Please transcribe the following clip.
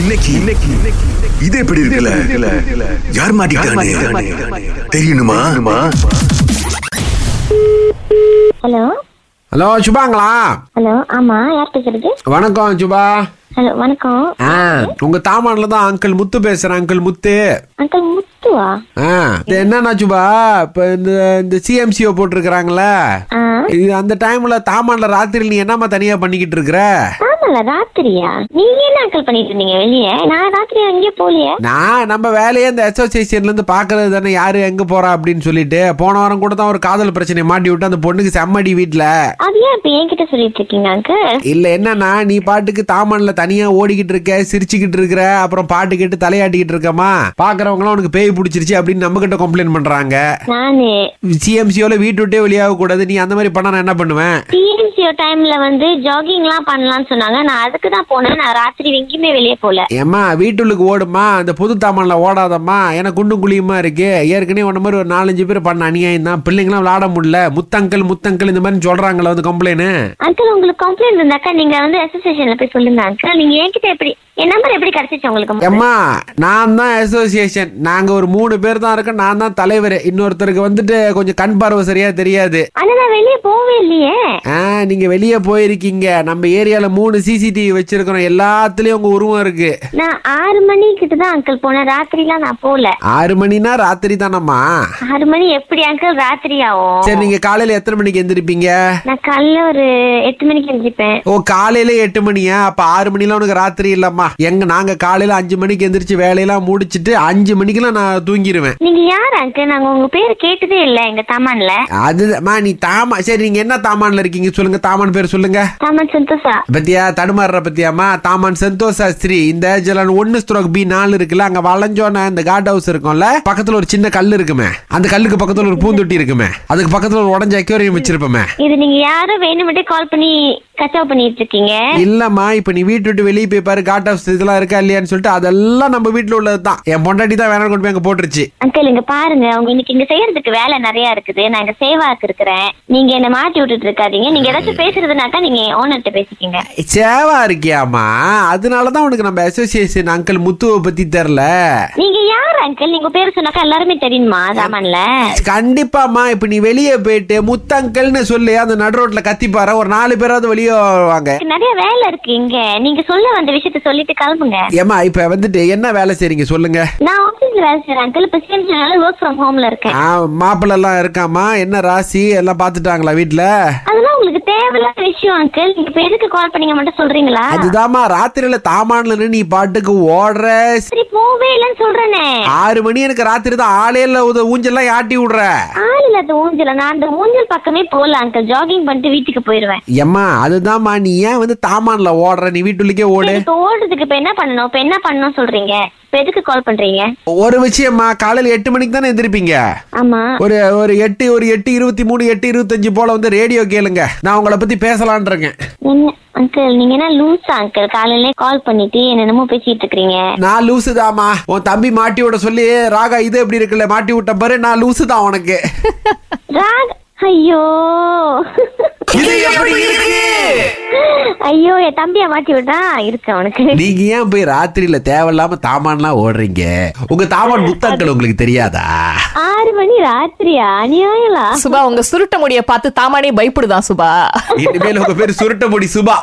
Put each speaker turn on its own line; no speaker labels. இன்னைக்கு இன்னைக்கு இன்னைக்கு- இது எப்படி இருக்குல்ல யார் மாட்டிக்கிட்டானே தெரியணுமா
ஹலோ
ஹலோ சுபாங்களா
ஹலோ ஆமா யார் பேசுறது
வணக்கம் சுபா
ஹலோ வணக்கம்
ஆ உங்க தாமான்ல தான் அங்கிள் முத்து பேசுறேன் அங்கிள் முத்து
அங்கிள் முத்துவா
ஆ இது என்னன்னா சுபா இப்ப இந்த இந்த சிஎம்சிஓ போட்டிருக்கிறாங்களே
ஆ
இது அந்த டைம்ல தாமான்ல ராத்திரி நீ என்னம்மா தனியா பண்ணிக்கிட்டு இருக்கிற
ஆமால ராத்திரியா நீங்க என்ன அங்கிள் பண்ணிட்டு இருந்தீங்க வெளியே நான் ராத்திரி எங்கேயும் போலியே
நான் நம்ம வேலையே இந்த அசோசியேஷன்ல இருந்து பாக்குறது தானே யாரு எங்க போறா அப்படின்னு சொல்லிட்டு போன வாரம் கூட தான் ஒரு காதல் பிரச்சனை மாட்டி விட்டு அந்த பொண்ணுக்கு செம்மடி வீட்ல
அது ஏன் இப்ப என்கிட்ட சொல்லிட்டு இருக்கீங்க அங்கிள்
இல்ல என்னன்னா நீ பாட்டுக்கு தாமன்ல தனியா ஓடிக்கிட்டு இருக்க சிரிச்சுக்கிட்டு இருக்கிற அப்புறம் பாட்டு கேட்டு தலையாட்டிக்கிட்டு இருக்கமா பாக்குறவங்களாம் உனக்கு பேய் பிடிச்சிருச்சு அப்படின்னு நம்ம கிட்ட கம்ப்ளைண்ட் பண்றாங்க
நானு
சிஎம்சியோல வீட்டு விட்டே வெளியாக கூடாது நீ அந்த மாதிரி பண்ண நான் என்ன பண்ணுவேன்
டிஎம்சிஓ டைம்ல வந்து ஜாகிங்லாம் பண்ணலாம்னு சொன்னாங்க நான் அதுக்கு தான் போனேன் நான் ராத்திரி எங்கேயுமே வெளியே போல
ஏம்மா வீட்டுள்ளுக்கு ஓடுமா அந்த புது தாமன்ல ஓடாதம்மா எனக்கு குண்டும் குழியுமா இருக்கு ஏற்கனவே உன்ன மாதிரி ஒரு நாலஞ்சு பேர் பண்ண அநியாயம் தான் பிள்ளைங்களாம் விளாட முடியல முத்தங்கள் முத்தங்கள் இந்த மாதிரி சொல்றாங்களா வந்து கம்ப்ளைண்ட்
அங்கிள் உங்களுக்கு கம்ப்ளைண்ட் இருந்தாக்கா நீங்க வந்து அசோசியேஷன்ல போய் சொல்லுங்க அங்கிள் நீங்க என்கிட்ட எப்படி என் நம்பர் எப்படி கிடைச்சிச்சு உங்களுக்கு
ஏம்மா நான் தான் அசோசியேஷன் நாங்க ஒரு மூணு பேர் தான் இருக்கோம் நான் தான் தலைவர் இன்னொருத்தருக்கு வந்துட்டு கொஞ்சம் கண் பார்வை சரியா தெரியாது
ஆனா நான் வெளியே போவே இல்லையே
ஆ நீங்க வெளியே போயிருக்கீங்க நம்ம ஏரியால மூணு சிசிடிவி வச்சிருக்கிறோம் எல்லாத்துலயும் உங்க உருவம் இருக்கு
நான் ஆறு மணி கிட்ட தான் அங்கிள் போனேன் ராத்திரிலாம் நான் போல
ஆறு மணினா ராத்திரி தானம்மா
ஆறு மணி எப்படி அங்கிள் ராத்திரி ஆகும்
சரி நீங்க காலையில எத்தனை மணிக்கு எந்திருப்பீங்க
நான் காலைல ஒரு எட்டு மணிக்கு எழுந்திருப்பேன்
ஓ காலையில எட்டு மணியா அப்ப ஆறு மணிலாம் உனக்கு ராத்திரி இல்லம்மா எங்க நாங்க காலையில அஞ்சு மணிக்கு எந்திரிச்சு வேலையெல்லாம் முடிச்சிட்டு அஞ்சு மணிக்கெல்லாம் நான் தூங்கிடுவேன்
நீங்க யார் அங்கிள் நாங்க உங்க பேர் கேட்டதே இல்ல எங்க தமான்ல
அதுமா நீ தாமா சரி நீங்க என்ன தாமான்ல இருக்கீங்க சொல்லுங்க தாமான் பேர் சொல்லுங்க
தமான் சந்தோஷா
பத்தியா தடுமாறுற பத்தியாமா தாமான் சந்தோஷ் சாஸ்திரி இந்த ஜலான் ஒன்னு ஸ்ட்ரோக் பி நாலு இருக்குல்ல அங்க வளைஞ்சோன இந்த கார்ட் ஹவுஸ் இருக்கும்ல பக்கத்துல ஒரு சின்ன கல் இருக்குமே அந்த கல்லுக்கு பக்கத்துல ஒரு பூந்தொட்டி இருக்குமே அதுக்கு பக்கத்துல ஒரு உடஞ்ச அக்வேரியம் வச்சிருப்போமே
இது நீங்க யாரோ வேணுமெண்டே கால் பண்ணி கச்சாவ் பண்ணிட்டு இருக்கீங்க
இல்லம்மா இப்ப நீ வீட்டு விட்டு வெளியே போய் பாரு காட் ஹவுஸ் இதெல்லாம் இருக்கா இல்லையான்னு சொல்லிட்டு அதெல்லாம் நம்ம வீட்டுல உள்ளதுதான் என் பொண்டாட்டி தான் வேணாம் கொண்டு போய் அங்க போட்டுருச்சு
அங்கிள் இங்க பாருங்க உங்க இன்னைக்கு இங்க செய்யறதுக்கு வேலை நிறைய இருக்குது நான் இங்க சேவாக்கு இருக்கிறேன் நீங்க என்ன மாட்டி விட்டுட்டு இருக்காதீங்க நீங்க ஏதாச்சும் பேசுறதுனாக்கா நீங்க ஓனர்கிட்ட பேசிக்கங்க
சேவா இருக்கியாமா அதனாலதான் உனக்கு நம்ம அசோசியேஷன் அங்கிள் முத்துவை பத்தி தெரில
நீங்க யார் அங்கிள் நீங்க பேர் சொன்னாக்கா எல்லாருமே தெரியுமா சாமான்ல
கண்டிப்பாம்மா இப்ப நீ வெளியே போயிட்டு முத்தங்கள்னு சொல்லி அந்த நடு ரோட்ல கத்திப்பாரு ஒரு நாலு பேராவது வெளியே வருவாங்க
எனக்கு நிறைய வேலை இருக்கு இங்க நீங்க சொல்ல வந்த விஷயத்த சொல்லிட்டு கிளம்புங்க
ஏமா இப்ப வந்துட்டு என்ன வேலை செய்றீங்க சொல்லுங்க
நான் ஆபீஸ்ல வேலை செய்யறேன் அங்கிள் இப்ப சேமிச்சனால ஒர்க் ஃப்ரம் ஹோம்ல இருக்கேன்
ஆ, மாப்பிள்ளை எல்லாம் இருக்காமா என்ன ராசி எல்லாம் பாத்துட்டாங்களா வீட்டுல
அதெல்லாம் உங்களுக்கு தேவையில்லாத விஷயம் அங்கிள் நீங்க இப்ப எதுக்கு கால் பண்ணீங்க மட்டும் சொல்றீங்களா
அதுதாம்மா ராத்திரியில தாமான்ல நின்னு நீ பாட்டுக்கு ஓடுற
சரி போவே இல்லைன்னு சொல்றேனே
ஆறு மணி எனக்கு ராத்திரி தான் ஆளே இல்ல உத ஊஞ்செல்லாம் ஆட்டி விடுற
ஆள் இல்லாத ஊஞ்சல நான் அந்த ஊஞ்சல் பக்கமே போகல அங்கிள் ஜாகிங் பண்ணிட்டு வீட்டுக்கு போயிருவேன்
ஏம்மா அதுதாம்மா நீ ஏன் வந்து தாமான்ல ஓடுற நீ வீட்டுள்ளக்கே ஓடு
இப்ப ஓடுறதுக்கு இப்ப என்ன பண்ணணும் இப்ப என்ன பண்ணணும் சொல்றீங்க இப்ப எதுக்கு கால் பண்றீங்க
ஒரு விஷயம்மா காலையில எட்டு மணிக்கு தானே எந்திரிப்பீங்க
ஆமா
ஒரு ஒரு எட்டு ஒரு எட்டு இருபத்தி மூணு எட்டு இருபத்தஞ்சு போல வந்து ரேடியோ கேளுங்க நான் உங்களை பத்தி பேசலான் இருக்கேன்
என்ன அங்கிள் நீங்க என்ன லூசா அங்கிள் காலையில கால் பண்ணிட்டு என்னென்னமோ பேசிட்டு இருக்கிறீங்க
நான் லூசுதாம்மா உன் தம்பி மாட்டி விட சொல்லி ராகா இது எப்படி இருக்குல்ல மாட்டி விட்ட பாரு நான் லூசுதான் உனக்கு
ராக் ஐயோ
இது எப்படி இருக்கு
ஐயோ என் தம்பியை மாட்டி விட்டான் இருக்கு அவனுக்கு
நீங்க ஏன் போய் ராத்திரியில தேவையில்லாம தாமான்லாம் ஓடுறீங்க உங்க தாமான் புத்தாக்கள் உங்களுக்கு தெரியாதா
ஆறு மணி ராத்திரியா அநியாயலா
சுபா உங்க சுருட்ட முடிய பார்த்து தாமானே பயப்படுதான் சுபா
இனிமேல் உங்க பேர் சுருட்ட முடி சுபா